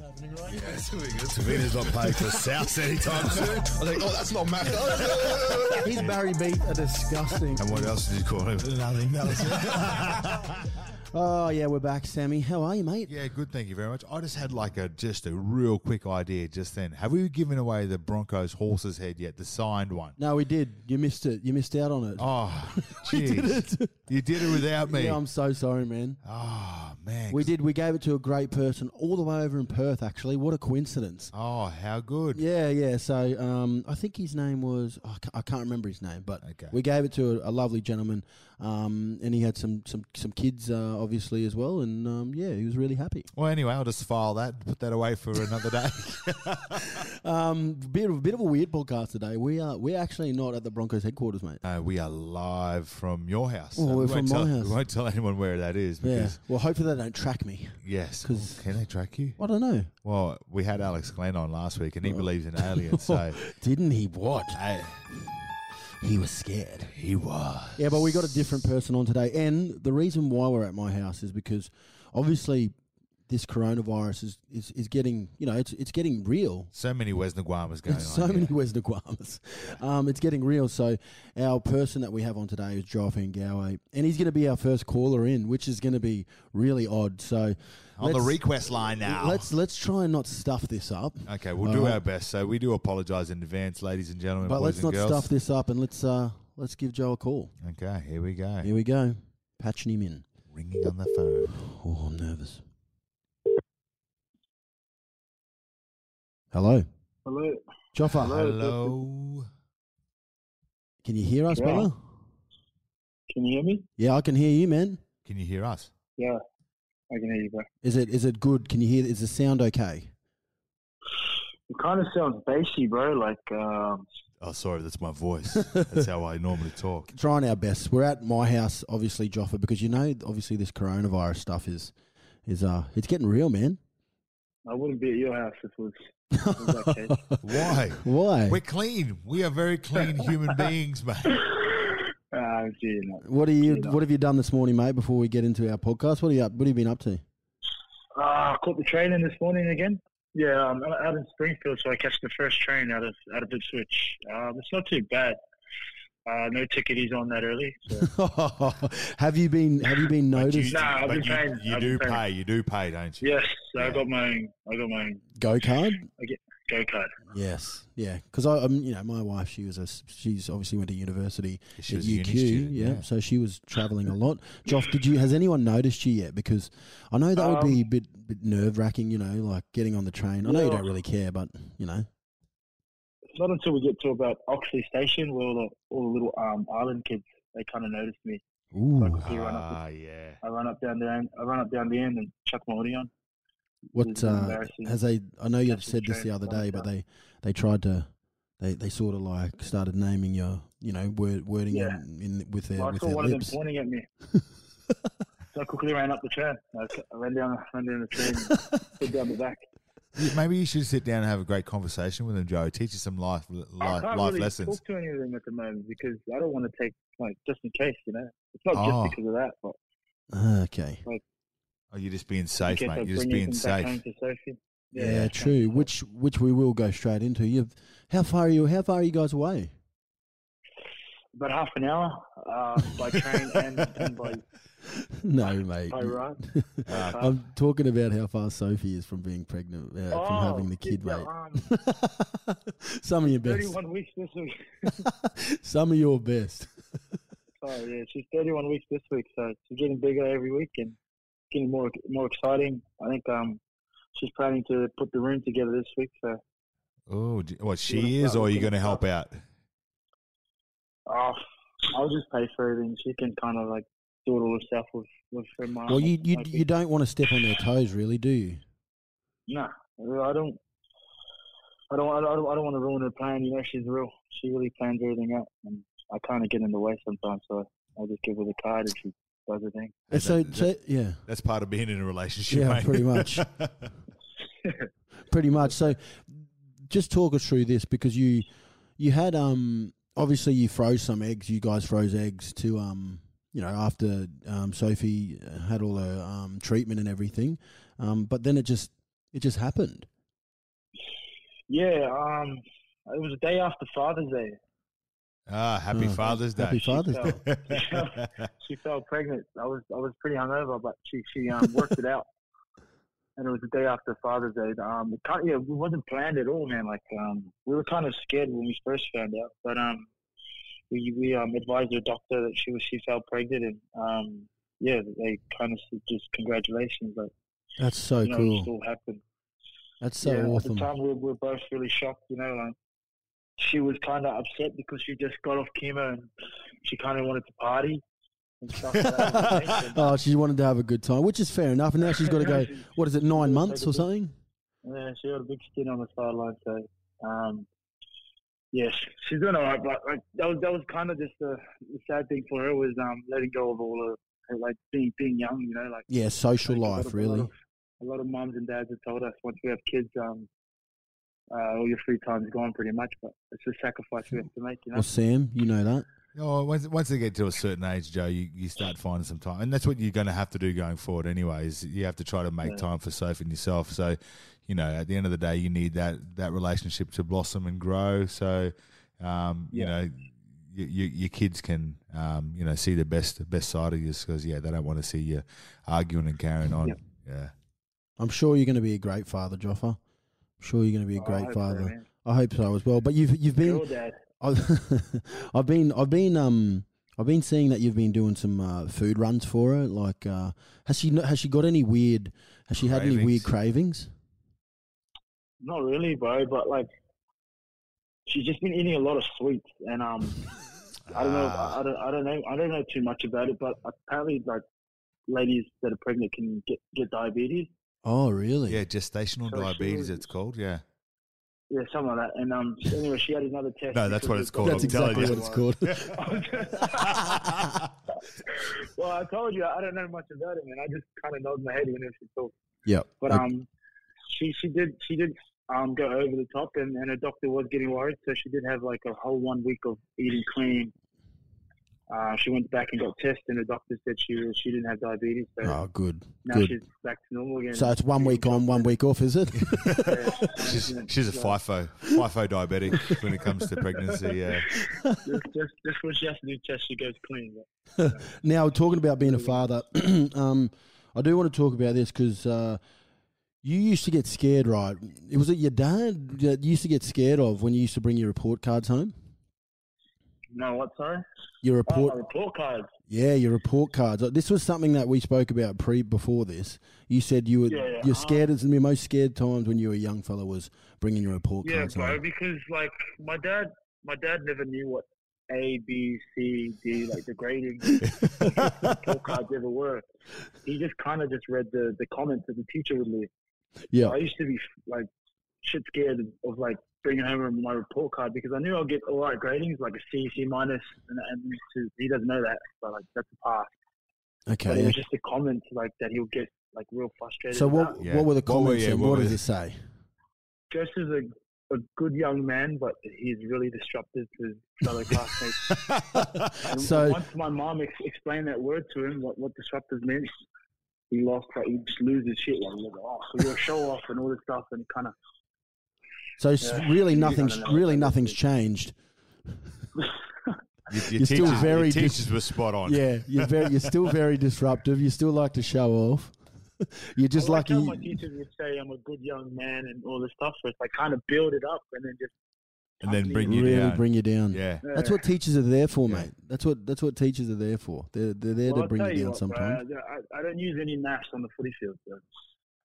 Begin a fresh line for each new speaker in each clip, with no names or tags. happening, right?
Yeah, it's gonna be good. Savina's not playing for South anytime soon. I think, oh, that's not matter.
His Barry beat are disgusting.
and what else did you call him?
Nothing. That was oh yeah, we're back, Sammy. How are you, mate?
Yeah, good. Thank you very much. I just had like a just a real quick idea just then. Have we given away the Broncos horse's head yet? The signed one.
No, we did. You missed it. You missed out on it.
Oh,
We did
jeez.
it.
You did it without me.
Yeah, I'm so sorry, man.
oh man.
We did. We gave it to a great person all the way over in Perth. Actually, what a coincidence.
Oh, how good.
Yeah, yeah. So um, I think his name was oh, I ca- I can't remember his name, but
Okay.
we gave it to a, a lovely gentleman, um, and he had some some some kids uh, obviously as well, and um, yeah, he was really happy.
Well, anyway, I'll just file that and put that away for another day.
Um, bit of, bit of a weird podcast today. We are we're actually not at the Broncos headquarters, mate.
uh, we are live from your house. Uh,
Oh,
we
we're
won't
from
tell,
my house.
We won't tell anyone where that is
Yeah.
because
Well, hopefully they don't track me.
yes,
'Cause-
can they track you?
I don't know.
Well, we had Alex Glenn on last week,
Oh.
and he believes in aliens. So
Didn't he? What?
Hey,
He was scared.
he was.
Yeah, but we got a different person on today. And the reason why we're at my house is because obviously this coronavirus is, is, is getting, you know, it's, it's getting real.
So many Wes Nguamas going
There's
on.
so
here.
many West Naguamas. Um, it's getting real. So our person that we have on today is Joe Fangawe, and he's going to be our first caller in, which is going to be really odd. So
on the
let's-
request line now.
Let's let's try and not stuff this up.
okay, we'll
All
do
right.
our best. So we do apologise in advance, ladies and gentlemen,
But
boys
let's
and
not
girls.
stuff this up, and let's uh let's give Joe a call.
Okay, here we go.
Here we go, patching him in.
Ringing on the phone.
Oh, I'm nervous. Hello,
Hello.
Joffa.
Hello.
Hello.
Can you hear us,
Yeah.
brother?
Can you hear me?
Yeah, I can hear you, man.
Can you hear us?
Yeah. I can hear you, bro.
Is it is it good? Can you hear? Is the sound okay?
It kind of sounds bassy, bro. Like, um,
Oh, sorry, that's my voice. that's how I normally talk.
trying our best. We're at my house, obviously, Joffa, because you know, obviously, this coronavirus stuff is is uh, it's getting real, man.
I wouldn't be at your house if it was. if it was that case.
Why?
Why?
We're clean. We are very clean human beings, mate.
Ah, gee, no.
What are you?
Yeah.
What have you done this morning, mate? Before we get into our podcast, what are you up? What have you been up to?
Ah, caught the train in this morning again. Yeah, I'm out out in Springfield, so I catch the first train out of out of Ipswich. Um, it's not too bad. Uh, no ticketies on that early. So.
have you been? Have you been
But
noticed?
Nah, I've
but
been
you,
trained.
you
I've
do
been trained.
pay. You do pay, don't you?
yes, so I
Yeah.
got my own. I got my own
Go card?
go kart.
Yes, yeah. Because I, um, you know, my wife, she was a, she's obviously went to university
She
at
was a
UQ,
uni student,
yeah,
yeah.
So she was traveling a lot. Joff, did you? Has anyone noticed you yet? Because I know that would be
Um,
a bit, bit nerve wracking. You know, like getting on the train. I know you
Yeah.
don't really care, but you know,
It's not until we get to about Oxley Station where all the, all the little um, island kids they kind of notice me.
ooh,
You run up
Ah, yeah.
I run up down the end. I run up down the end and chuck my hoodie on.
what
It's
uh,
embarrassing.
has they? I know you
Catching
said this
trains
the other
like
day, but
that.
they, they tried to, they, they sort of like started naming your, you know, word, wording
Yeah.
in, in with their,
Well, I
with
saw
their
one
lips.
of them pointing at me. so I quickly ran up the train. I c- I ran down, ran down the train, put down the back.
You- Maybe you should sit down and have a great conversation with them, Joe. Teach you some life li-
I
life,
can't
life
really
lessons.
talk to any of them at the moment because I don't want to take like just in case, you know. It's not
Oh.
just because of that, but
Ah, Okay.
Oh, you're just being
in
safe,
case I
mate. You're just
bring
being
anything back home
safe.
to Sophie.
Yeah,
that's
true.
fine.
Which which we will go straight into. You've how far are you? How far are you guys away?
about half an hour uh, by train and, and by
no, mate.
by ride.
Uh,
Uh,
I'm talking about how far Sophie is from being pregnant, uh, from having
oh,
the kid,
yeah,
mate.
um,
Some of your best.
31 weeks this week.
Some of your best.
Oh yeah, she's 31 weeks this week, so she's getting bigger every week and getting more more exciting. I think um, she's planning to put the room together this week. So
oh, d- what
You wanna
she is,
start
or
with
you're
the
going to help out?
uh, I'll just pay for everything. She can kind of like do it all herself with with her mom.
Well, you you,
Like,
you don't want to step on their toes, really, do you?
Nah, I don't. I don't, I don't, I don't want to ruin her plan. You know, she's real. She really plans everything out, and I kind of get in the way sometimes. So I just give her the card, and she does her thing.
And
Is
so,
that-
so yeah,
That's part of being in a relationship,
Yeah,
mate.
pretty much. pretty much. So, just talk us through this because you you had um obviously you froze some eggs. You guys froze eggs to um you know after um, Sophie had all her um, treatment and everything, um, but then it just It just happened.
Yeah, um, it was the day after Father's Day.
Ah, happy
Oh,
Father's Day.
Happy Father's Day.
She fell pregnant. I was I was pretty hungover, but she she um, worked it out. And it was the day after Father's Day. Um, it kind yeah, it wasn't planned at all, man. Like um, we were kind of scared when we first found out, but um, we we um advised the doctor that she was she fell pregnant, and um, yeah, they kind of said just congratulations, like
That's so
you know, it
Oh, cool.
still happened.
That's so
yeah, At
awesome.
the time, we were, we were both really shocked, you know. Like, she was kind of upset because she just got off chemo and she kind of wanted to party and stuff. like that.
oh, she wanted to have a good time, which is fair enough. And now she's got to go. What is it? Nine months or something?
Yeah, she got a big skin on the sideline, so um, yes, she's doing all right. But like that was that was kind of just the, the sad thing for her was um letting go of all of her, like being being young, you know, like
Yeah, social
like, a lot
life,
of- A lot,
really.
of, a lot of mums and dads have told us once we have kids, um, uh, all your free time's gone pretty much. But it's a sacrifice we have to make, you know.
Well, Sam, you know that.
Oh, once, once they get to a certain age, Joe, you, you start finding some time, and that's what you're going to have to do going forward. Anyways, you have to try to make
Yeah.
time for Soph and yourself. So, you know, at the end of the day, you need that that relationship to blossom and grow. So, um, you
Yeah.
know, you, you, your kids can, um, you know, see the best the best side of you because yeah, they don't want to see you arguing and carrying on.
Yeah.
Yeah.
I'm sure you're going to be a great father, Joffa. I'm sure you're going to be a
Oh, I
great
hope so,
father.
man.
I hope so as well. But you've you've been
Your dad.
I've, I've been I've been um I've been seeing that you've been doing some uh, food runs for her. Like, uh, has she has she got any weird? Has she had any weird cravings?
Not really, bro. But like, she's just been eating a lot of sweets, and um, I don't know.
Ah.
I I don't. I don't know. I don't know too much about it, but apparently, like, ladies that are pregnant can get get diabetes.
Oh, really?
Yeah, gestational
So she
diabetes,
was-
it's called. Yeah.
Yeah, something like that. And um, so anyway, she had another test.
No, that's what it's called,
that's
I'm telling
exactly what it's called.
well, I told you I don't know much about it, man. I just kind of nod my head whenever she talks.
yep.
But
Okay.
um, she she did she did um go over the top, and, and her doctor was getting worried, so she did have like a whole one week of eating clean. Uh, she went back and got tested, and the doctor said she was, she didn't have diabetes, so
oh, good.
now
Good.
she's back to normal again.
So it's one week on, one week off, is it?
Yeah.
She's, she's a FIFO, FIFO diabetic when it comes to pregnancy. Yeah.
Just, just, just when she has to do tests, she goes clean.
now, talking about being a father, um, I do want to talk about this because uh, you used to get scared, right? It was it your dad that you used to get scared of when you used to bring your report cards home.
No, what? Sorry.
Your
Oh,
report,
my report cards.
Yeah, your report cards. Like, This was something that we spoke about pre before this. You said you were
Yeah, yeah, Um,
you're scared. It's your most scared times when you were a young fella was bringing your report
Yeah,
cards.
bro.
home.
Because like my dad, my dad never knew what A, B, C, D, like the grading report cards ever were. He just kind of just read the the comments that the teacher would leave.
Yeah,
I used to be like shit scared of like bringing home my report card because I knew I'll get all right gradings, like a C, C minus, and, and to, he doesn't know that, but like that's a pass. But it
okay.
was just the comments like that he'll get like real frustrated.
So
about.
what
Yeah.
what were the
What were-
comments
yeah,
and
what
what
were
does
the-
it say?
Jess is a, a good young man, but he's really disruptive to his fellow classmates. And
So-
once my mom ex- explained that word to him, what, what disruptive meant, he lost, like, he just loses shit. Like, he was, oh, so you're a show off and all this stuff, and kind of.
So it's
Yeah.
really
I
nothing's
don't know.
really nothing's changed.
Your, your
You're still
teachers-
very
your
dis-
teachers were spot on.
Yeah, you're very you're still very disruptive. You still like to show off. You're just
like
lucky.
how my teachers would say I'm a good young man and all this stuff, so it's like kind of build it up and then just.
and then bring you
Really
down.
bring you down.
yeah,
That's what teachers are there for, mate. That's what that's what teachers are there for. They're they're there
Well,
to
I'll
bring
tell
you down
what, bro,
sometimes.
I, I don't use any maths on the footy field. So.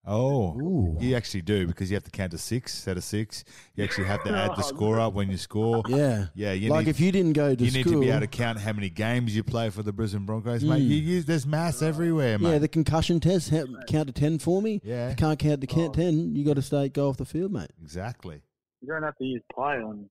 Oh,
Ooh.
you actually do because you have to count to six, set of six. You actually have to add the
Oh,
score up when you score.
Yeah.
Yeah, you
like
need,
if you didn't go to
you
school, Mm.
need to be able to count how many games you play for the Brisbane Broncos, mate. You use there's maths everywhere,
yeah,
mate.
the concussion test ha- count to ten for me.
Yeah.
If you can't count to
Oh.
count ten. You got to stay go off the field, mate.
exactly.
You don't have to use pi on.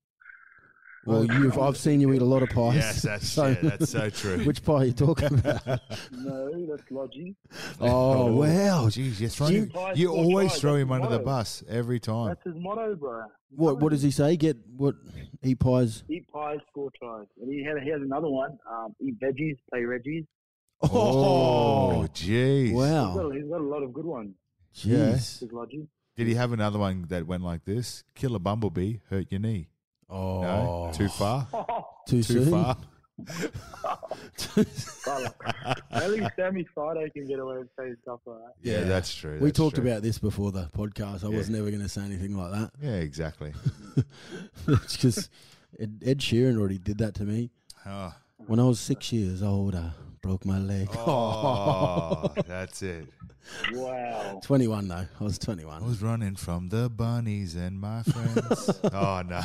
Well, you've I've seen you eat a lot of pies.
Yes, that's yeah, that's so true.
Which pie are you talking about?
No, that's logic.
oh wow!
Jeez, you're throwing
You-
him- you always
Pies,
throw
that's
him under the
wild.
bus every time.
That's his motto, bro.
What what does he say? Get what eat pies?
Eat pies, score tries. And he had, he has another one. Um, eat veggies, play Reggie's.
Oh, jeez.
He's
wow! Oh.
got, he's got a lot of good ones.
Jeez.
His logic.
Did he have another one that went like this? Kill a bumblebee, hurt your knee.
Oh,
No, too far, too
too, soon.
far.
Fella. At least Sammy Friday can get away with saying stuff like that.
Yeah,
Yeah.
that's true.
we
that's
talked
true.
about this before the podcast. I was never going to say anything like that.
Yeah, exactly.
It's because Ed, Ed Sheeran already did that to me.
Oh,
When I was six years old, I broke my leg.
oh, that's it.
Wow.
21, though. I was
I
21.
was running from the bunnies and my friends. oh no,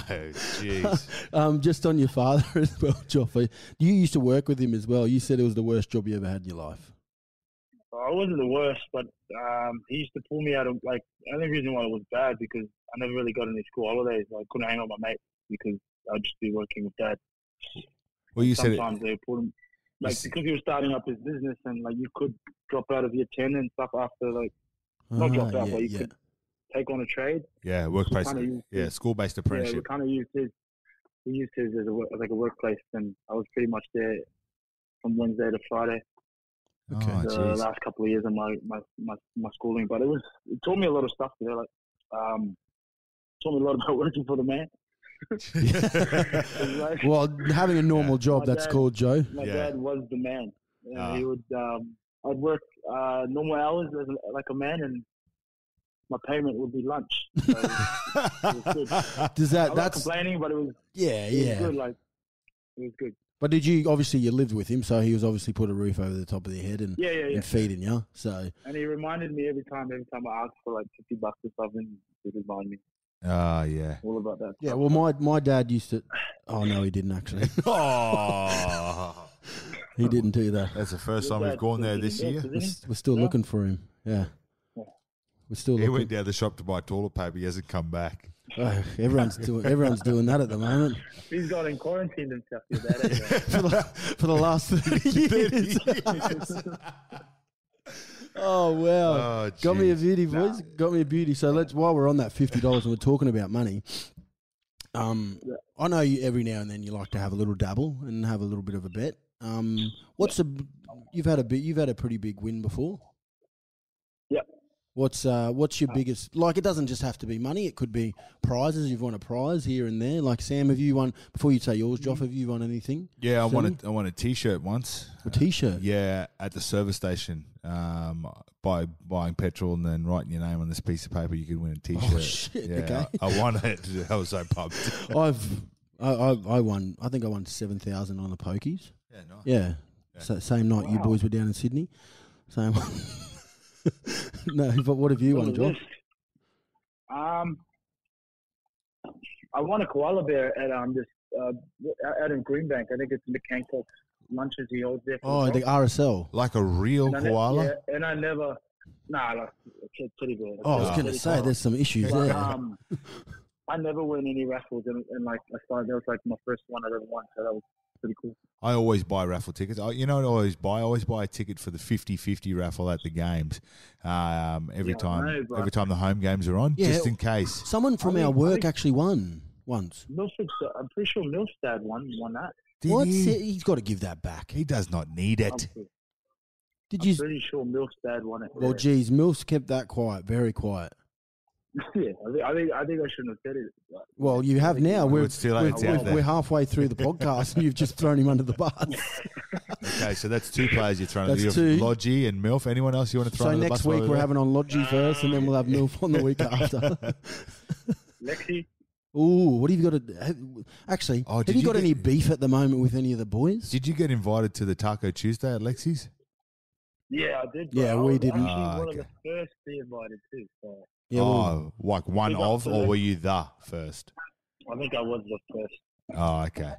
jeez.
Um, just on your father as well, Joffrey. You used to work with him as well. You said it was the worst job you ever had in your life.
I wasn't the worst, but um, he used to pull me out of like. The only reason why it was bad because I never really got any school holidays. I couldn't hang out with my mates because I'd just be working with dad.
Well, you said it.
Sometimes they put him like
Yes.
because he was starting up his business and like you could drop out of your ten and stuff after like Not
Ah,
dropped out,
yeah,
but you
yeah.
could- take on a trade.
Yeah, workplace.
kinda used
Yeah,
to-
school-based
Yeah, we
apprenticeship.
kind of used his. We used his as a, wo- like a workplace, and I was pretty much there from Wednesday to Friday.
Okay.
Oh,
the
jeez.
last couple of years of my, my, my, my schooling, but it was it taught me a lot of stuff. You know, like um, taught me a lot about working for the man. It was like,
Well, having a normal job,
My
that's
dad-
called Joe.
my
Yeah.
dad was the man. And
Ah.
He would um, I'd work uh, normal hours as a, like a man, and my payment would be lunch. So it was- it was good.
Does
I'm
that,
not
that's,
complaining, but it was,
yeah,
it was
yeah.
good. Like it was good.
But did you, obviously, you lived with him, so he was obviously put a roof over the top of your head and,
Yeah, yeah, yeah.
and feeding you. So,
And he reminded me every time, every time I asked for like fifty bucks or something, he would remind me
Ah, yeah.
all about that.
yeah, well, my, my dad used to, oh, no, he didn't actually.
Oh,
He didn't do that.
that's the first
Your
time we've
dad
gone there
was in
this
the
year.
mix,
We're,
isn't he?
s- we're still
Yeah.
looking for him. Yeah.
Yeah.
We're still
He
looking.
went down the shop to buy toilet paper. He hasn't come back.
Oh, everyone's doing everyone's doing that at the moment
He's got in quarantine himself. your dad, ain't he?
for the, for the last 30 years. oh, wow.
Oh,
Got me a
jeez.
beauty, boys. Got me a beauty. So let's while we're on that fifty dollars and we're talking about money, um, I know you every now and then you like to have a little dabble and have a little bit of a bet. Um, what's a you've had a bit you've had a pretty big win before.
Yep.
What's uh what's your biggest like? It doesn't just have to be money. It could be prizes. You've won a prize here and there. Like Sam, have you won before you say yours? Joff, have you won anything?
Yeah, I
Silly.
want a, I want a t-shirt once.
A t-shirt.
Yeah, at the service station, um, by buying petrol and then writing your name on this piece of paper, you could win a T-shirt.
Oh, shit,
Yeah,
okay.
I, I won it. I was so pumped.
I've I, I I won. I think I won seven thousand on the pokies.
yeah, nice.
Yeah. So, same night you boys were down in Sydney. Same. no, but what have you
What
won,
was
John?
this? Um, I won a koala bear at um this uh, out in Greenbank. I think it's McCankle lunches he holds there. for
Oh, the
dogs.
RSL.
Like a real
And I ne-
koala.
yeah, and I never. Nah, like, it's pretty good.
Oh, I was
Yeah.
going to say, there's some issues
But,
there.
um, I never win any raffles, and, and like I started, that was like my first one I'd ever won, so that was pretty cool.
I always buy raffle tickets. I, you know what I always buy? I always buy a ticket for the 50-50 raffle at the games. Um, every
Yeah, I
time,
know, but-
every time the home games are on,
Yeah.
just in case.
Someone from
I mean,
our
I
work
think-
actually won once.
Milford, uh, I'm pretty sure Milfstad won won that.
Did
What's
he?
it? He's got to give that back.
He does not need
I'm
it.
pretty-
Did
I'm
you?
pretty sure Milfstad won it.
Well, geez, Mills kept that quiet, very quiet.
yeah, I think, I think I think I shouldn't have said it. but-
Well, you have now. Oh, We're,
it's too late,
we're-
it's out
we're-
there.
we're halfway through the podcast and you've just thrown him under the bus.
Okay, so that's two players you're throwing.
That's
That's
two.
Lodgy and Milf. Anyone else you want to throw?
so
under the
next
bus while
week
there?
we're having on Lodgy first and then we'll have Milf on the week after.
Lexi,
Ooh, what have you got? To, have, actually,
Oh,
have
did
you,
you
got
get-
any beef at the moment with any of the boys?
Did you get invited to the Taco Tuesday at Lexi's?
yeah, I did.
Yeah,
but I
we
was
didn't.
Actually,
Ah,
one of
okay.
the first to be invited too. So
Yeah, well,
oh, like one
We got
of, or
to-
were you the first?
I think I was the first.
Oh, okay.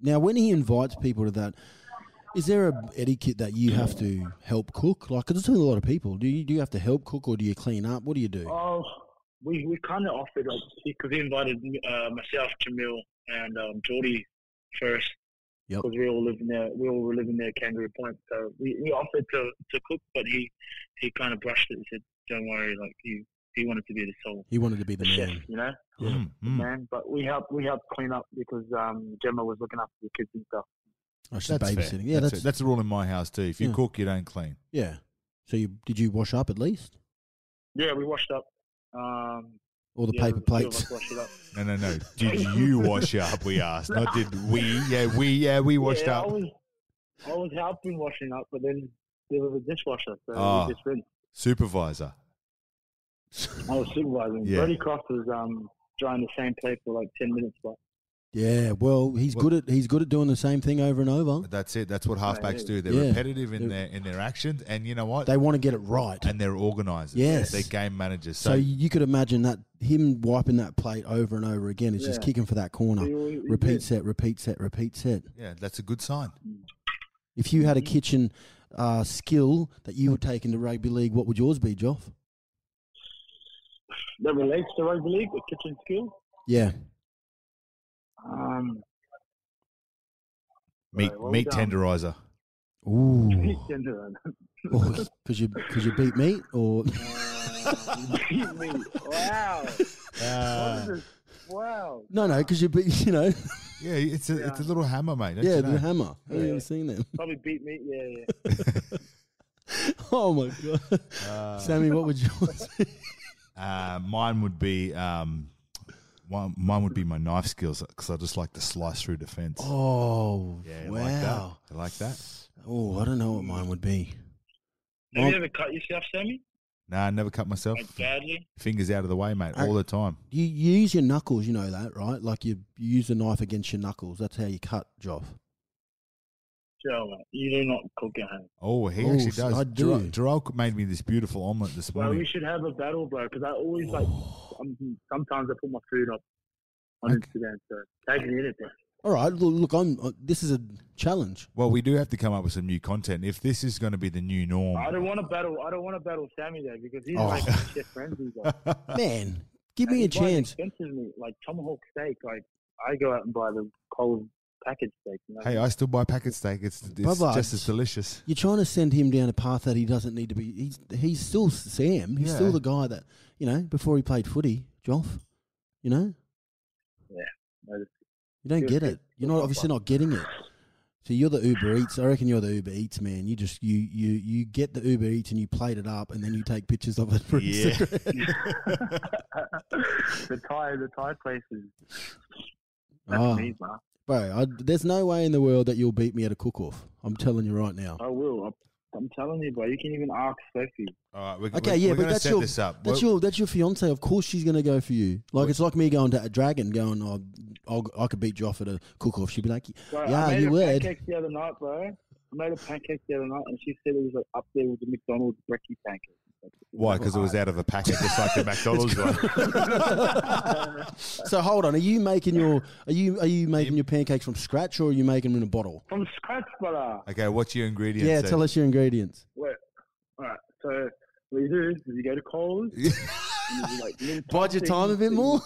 now when he invites people to that, is there a etiquette that you have to help cook? Like, 'cause it's with a lot of people. Do you do you have to help cook or do you clean up? What do you do?
Oh, we we kind of offered like because he invited uh, myself, Jamil, and um, Geordie first.
Yep.
Because we all live in there, we all live in there, Kangaroo Point. So we, we offered to, to cook, but he he kind of brushed it and said, "Don't worry, like he he wanted to be the sole
He wanted to be the
the chef,
man.
you know,
Yeah.
Mm, mm.
man." But we helped we helped clean up because um, Gemma was looking after the kids and stuff.
Oh, she's
That's fair.
babysitting. Yeah, that's,
that's, that's a rule in my house too. If you
Yeah.
cook, you don't clean.
yeah. So you did you wash up at least?
Yeah, we washed up. Um,
All the
yeah,
paper
there was
plates.
a few of us washed it up.
No, no, no. Did you wash up? We asked. Not did we? Yeah, we. Yeah, we washed
yeah, I
up.
was, I was helping washing up, but then there was a dishwasher, so
Ah.
we just rinsed.
Supervisor.
I was supervising.
Yeah.
Brody Cross was um, drying the same plate for like ten minutes, but
Yeah, well, he's
Well-
good at he's good at doing the same thing over and over.
That's it. That's what halfbacks do. They're
Yeah.
repetitive in
They're-
their in their actions, and you know what?
They want to get it right.
and they're organisers.
Yes.
they're game managers.
So,
So,
you could imagine that him wiping that plate over and over again is just
Yeah.
kicking for that corner.
he was- he
Repeat
did.
set, repeat set, repeat set.
yeah, that's a good sign.
If you
Mm-hmm.
had a kitchen uh, skill that you would take into rugby league, what would yours be, Joff?
That relates to rugby league, the kitchen skill.
Yeah,
Um,
Meat
well
meat
done.
tenderizer. Mm.
ooh,
into that.
because you because you beat meat or
Uh,
wow. What is this? Wow.
no no because you beat you know
Yeah, it's a it's a little hammer, mate. Don't
yeah
you
the
know?
hammer. Have you
Yeah.
ever seen them?
Probably beat me. Yeah, yeah.
Oh my god, Sammy, what would yours? be?
Uh, mine would be um, one, mine would be my knife skills because I just like to slice through defense.
Oh
yeah, I like that.
wow.
I like that.
Oh, I don't know what mine would be.
Have
Well-
you ever cut yourself, Sammy?
Nah, I never cut myself.
Like badly?
Fingers out of the way, mate,
I-
all the time.
You, you use your knuckles, you know that, right? Like you, you use a knife against your knuckles. That's how you cut, Joff.
Joe, mate, you do not cook at home.
Oh, he
Oh,
actually
s-
does.
I
Ger-
do.
Gerald made me this beautiful omelette this
Well, we
morning.
should have a battle, bro, because I always like, um, sometimes I put my food up on
Okay.
Instagram, so take it in it, bro.
All right, loo- look, I'm. Uh, this is a challenge.
Well, we do have to come up with some new content if this is going to be the new
I
norm.
don't want to battle. I don't want to battle Sammy though because he's
Oh.
like chef frenzy. Bro.
Man, give
And
me
he
a
buys
chance.
Expensive meat, like tomahawk steak. Like I go out and buy the cold package steak. You know?
Hey, I still buy packet steak. It's, it's
Bubba,
just as
it's-
delicious.
You're trying to send him down a path that he doesn't need to be. He's he's still Sam. He's
Yeah.
still the guy that you know before he played footy, Joff. You know,
I just-
you don't
Good,
get
good.
it. You're not obviously not getting it. So you're the Uber Eats. I reckon you're the Uber Eats man. You just you you you get the Uber Eats and you plate it up and then you take pictures of it for
Yeah.
Instagram.
the Thai, the Thai place is that's
Ah.
me, man.
Bro, I, there's no way in the world that you'll beat me at a cook off. I'm telling you right now.
I will. I'm, I'm telling you, bro. You can even ask Sophie.
All right, we're,
Okay,
we're,
yeah,
we're
but
gonna
that's
set
your
this up.
that's
We're-
your that's your fiance. Of course, she's gonna go for you. Like it's like me going to a dragon, going, oh, I'll, I could beat Joff at a cook off. She'd be like,
Bro, I
yeah,
made
you
a
would.
pancake the other night, bro. I made a pancake the other night, and she said it was like, up there with the McDonald's brekkie pancake.
Why? Because it was out of a packet, just like the McDonald's one.
So hold on, are you making your are you are you making your pancakes from scratch or are you making them in a bottle?
From scratch, brother.
Okay, what's your ingredient?
Yeah, tell us your ingredients.
Wait. All right. So what you do is you go to Coles. and you, like, little
Bide
tub
your time a
things
bit
that you-
more.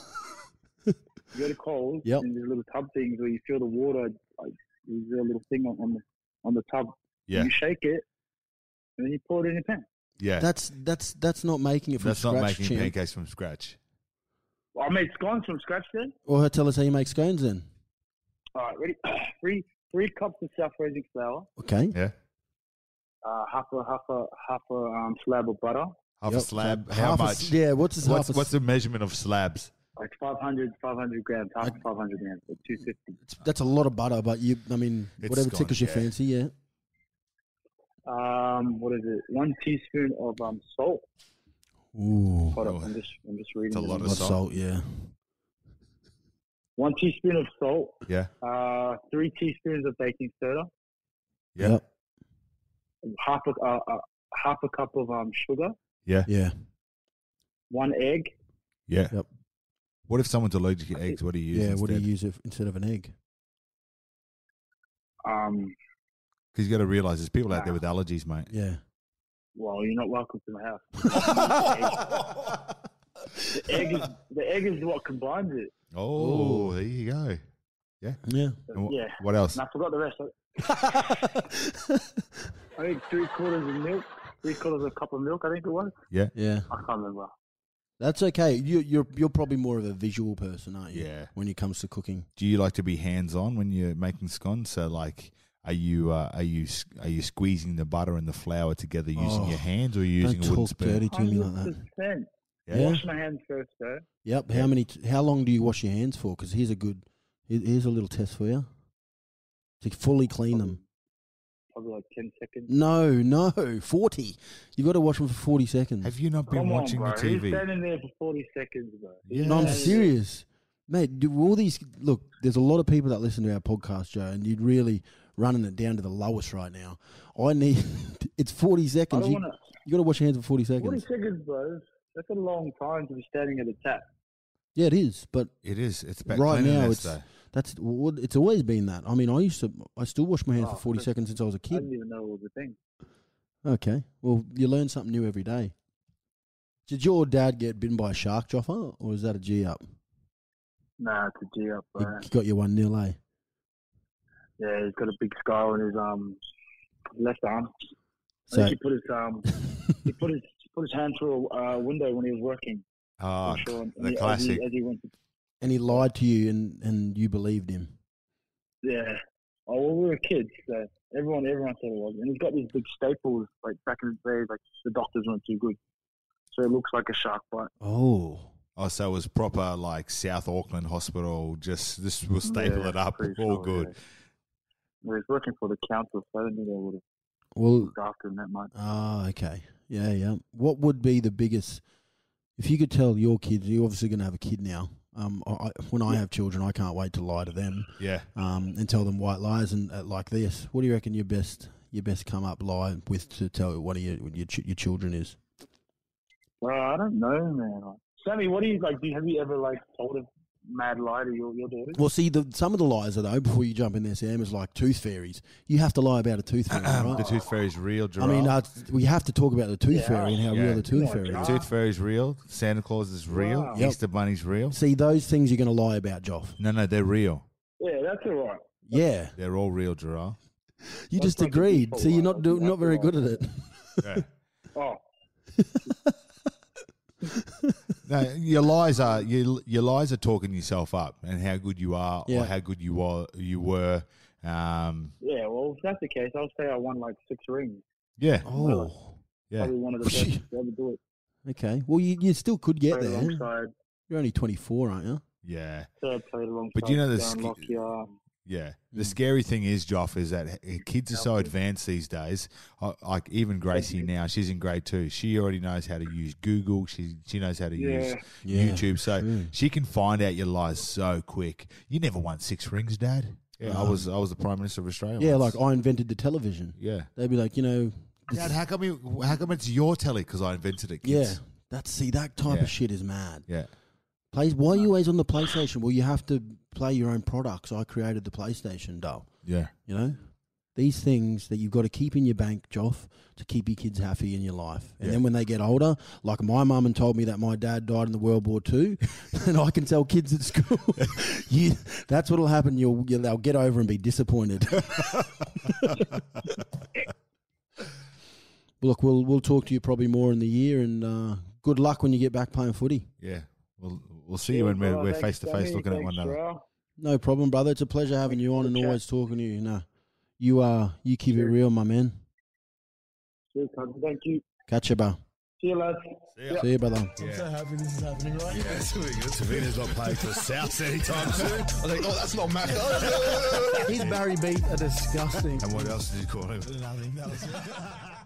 You go to Coles.
Yep.
And there's little tub things where you feel the water. Like, there's a little thing on, on the on the tub.
Yeah.
You shake it, and then you pour it in your pan.
Yeah,
That's that's that's not making it from
that's
scratch.
not making
champ.
pancakes from scratch.
Well, I made scones from scratch then.
Or tell us how you make scones then.
All right. Ready? three three cups of self raising flour.
Okay.
Yeah,
Uh, half a half a half a um, slab of butter.
half a
Yep.
slab.
Half
How
a-
much?
yeah, what's his
What's
half a
what's the measurement of slabs?
Like 500, 500 grams, half
I-
500 grams, like 250.
That's a lot of butter, but you, I mean,
It's
whatever
gone,
tickles your
yeah.
fancy, yeah.
Um, what is it? One teaspoon of um, salt.
Ooh,
Hold
Oh.
up, I'm just, I'm just reading.
It's a
this.
lot
lot
of
of
salt.
salt, yeah.
One teaspoon of salt,
Yeah,
uh, three teaspoons of baking soda,
yeah,
Yep.
half a, uh, uh, half a cup of um, sugar,
Yeah.
one egg.
yeah.
Yep.
What if someone's allergic to eggs? What do you use?
Yeah, what do you
instead?
use if, instead of an egg?
Um,
Because you got to realize there's people out there
Nah.
with allergies, mate.
Yeah.
well, you're not welcome to my house. The egg is the egg is what combines it.
Oh, there you go.
Yeah.
And wh-
Yeah,
What else?
and I forgot the rest. I- I think three quarters of milk, three quarters of a cup of milk. I think it was.
yeah.
I can't remember.
That's okay. You, you're, you're probably more of a visual person, aren't you?
Yeah.
When it comes to cooking.
Do you like to be hands-on when you're making scones? So, like, are you uh, are you s- are you squeezing the butter and the flour together using
Oh,
your hands, or are you using a
Don't
wooden
talk
spoon?
dirty to me like that.
Hundred percent.
Yeah.
Wash my hands first, though.
Yep. How many? T- how long do you wash your hands for? Because here's a good. here- Here's a little test for you. To fully clean them.
Probably like 10 seconds.
No, no, forty. You've got to wash them for forty seconds.
Have you not been
Come
watching
on,
the
bro. He's
TV?
standing there for 40 seconds, bro.
Yeah.
No, I'm
He's standing there.
serious, mate. Do all these look? There's a lot of people that listen to our podcast, Joe, and you're really running it down to the lowest right now. I need. It's forty
I
seconds.
don't
You,
want to.
you got to wash your hands for forty
40
seconds.
seconds, bro. That's a long time to be standing at the tap.
Yeah, it is, but
It is. It's about
right now
cleanliness,
it's
though.
that's well, it's always been that. I mean, I used to. I still wash my hands for
Oh,
forty
okay.
seconds since I was a
I
kid.
didn't even know it was a thing.
Okay. Well, you learn something new every day. Did your dad get bitten by a shark, Joffa, or is that a G up?
Nah, it's a G up,
He
bro.
got you one nil, eh?
Yeah, he's got a big scar on his um left arm. I
So
think he put his um he put his put his hand through a uh, window when he was working.
Ah,
I'm sure, and
the
he- As
classic.
he, as he went to,
and he lied to you, and and you believed him.
yeah. Oh, well, we were kids, so everyone everyone said it was, and he's got these big staples like back in the day, like the doctors weren't too good, so it looks like a shark bite.
Oh,
Oh, so it was proper like South Auckland Hospital. Just this will staple
Yeah,
it up.
pretty
All
sure,
good.
yeah. Well, he's working for the council, so I don't think they would have
well,
looked after him that much.
ah, okay, yeah, yeah. What would be the biggest? If you could tell your kids, you're obviously going to have a kid now. Um, I, I- when I have children, I can't wait to lie to them.
Yeah.
um, and tell them white lies and uh, like this. What do you reckon your best your best come up lie with to tell one of your your, ch- your children is?
Well, I don't know, man. Like, Sammy, what do you like? Do you, have you ever like told a mad lie to your your daughter?
Well, see, the, some of the lies though before you jump in there, Sam, is like tooth fairies. You have to lie about a tooth fairy, right?
The tooth fairy's real,
I
Gerard.
mean, uh, we have to talk about the tooth
Yeah.
fairy and how
Yeah. Oh,
real the tooth
Yeah.
fairy
the
is.
tooth fairy's real. Santa Claus is real.
Wow.
Yep.
Easter Bunny's real.
See, those things you're going to lie about, Joff.
No, no, they're real.
Yeah, that's all right.
Yeah,
They're all real, Gerard.
you
That's
just
like a
agreed.
default
So you're
lie.
not do,
That's
not very
a
good at
lie.
it.
Yeah.
Oh,
no, your lies are your, your lies are talking yourself up and how good you are
Yeah.
or how good you are you were. Um,
yeah. Well, if that's the case, I'll say I won like six rings.
yeah,
Oh,
yeah.
Probably one of the best to ever do it.
okay. Well, you, you still could get
Played
there.
alongside,
You're only 24, aren't you?
Yeah,
yeah, played alongside.
But you know the
Darren
sk-
Lockyer.
yeah. The
Mm.
scary thing is, Joff, is that h- kids are so advanced these days. I- Like even Gracie now, she's in grade two. She already knows how to use Google. She she knows how to use
Yeah,
Yeah,
YouTube, so
true.
she can find out your lies so quick. You never won six rings, Dad. Yeah, I was I was the Prime Minister of Australia.
Yeah,
once.
like I invented the television.
yeah.
They'd be like, you know, this-
Dad, how come you, how come it's your telly? Because I invented it.
yeah,
Kids.
that's see that type
Yeah.
of shit is mad.
Yeah,
Play, why are you always on the PlayStation? Well, you have to play your own products. I created the PlayStation, doll.
yeah,
You know, these things that you've got to keep in your bank, Joff, to keep your kids happy in your life. And
Yeah.
then when they get older, like my mum and told me that my dad died in the World War Two, and I can tell kids at school, you, that's what'll happen. You'll, you'll they'll get over and be disappointed. Look, we'll we'll talk to you probably more in the year, and uh, good luck when you get back playing footy.
yeah. We'll we'll see you when
Yeah,
we're,
well,
we're face
thanks,
to face
Sammy,
looking at
thanks,
one another.
Jarrell.
No problem, brother. It's a pleasure having you on and
Chat.
always talking to you. No, you uh, you keep it real, my man.
Cheers, cousin. Thank you.
Catch you, bro.
See you, lads.
See you, brother.
I'm so happy this is happening right yeah, it's really good. Tavita's not playing for South anytime soon. I think, oh, that's not Mac.
His Barry beat are disgusting.
And what else did you call him?
Nothing. That was it.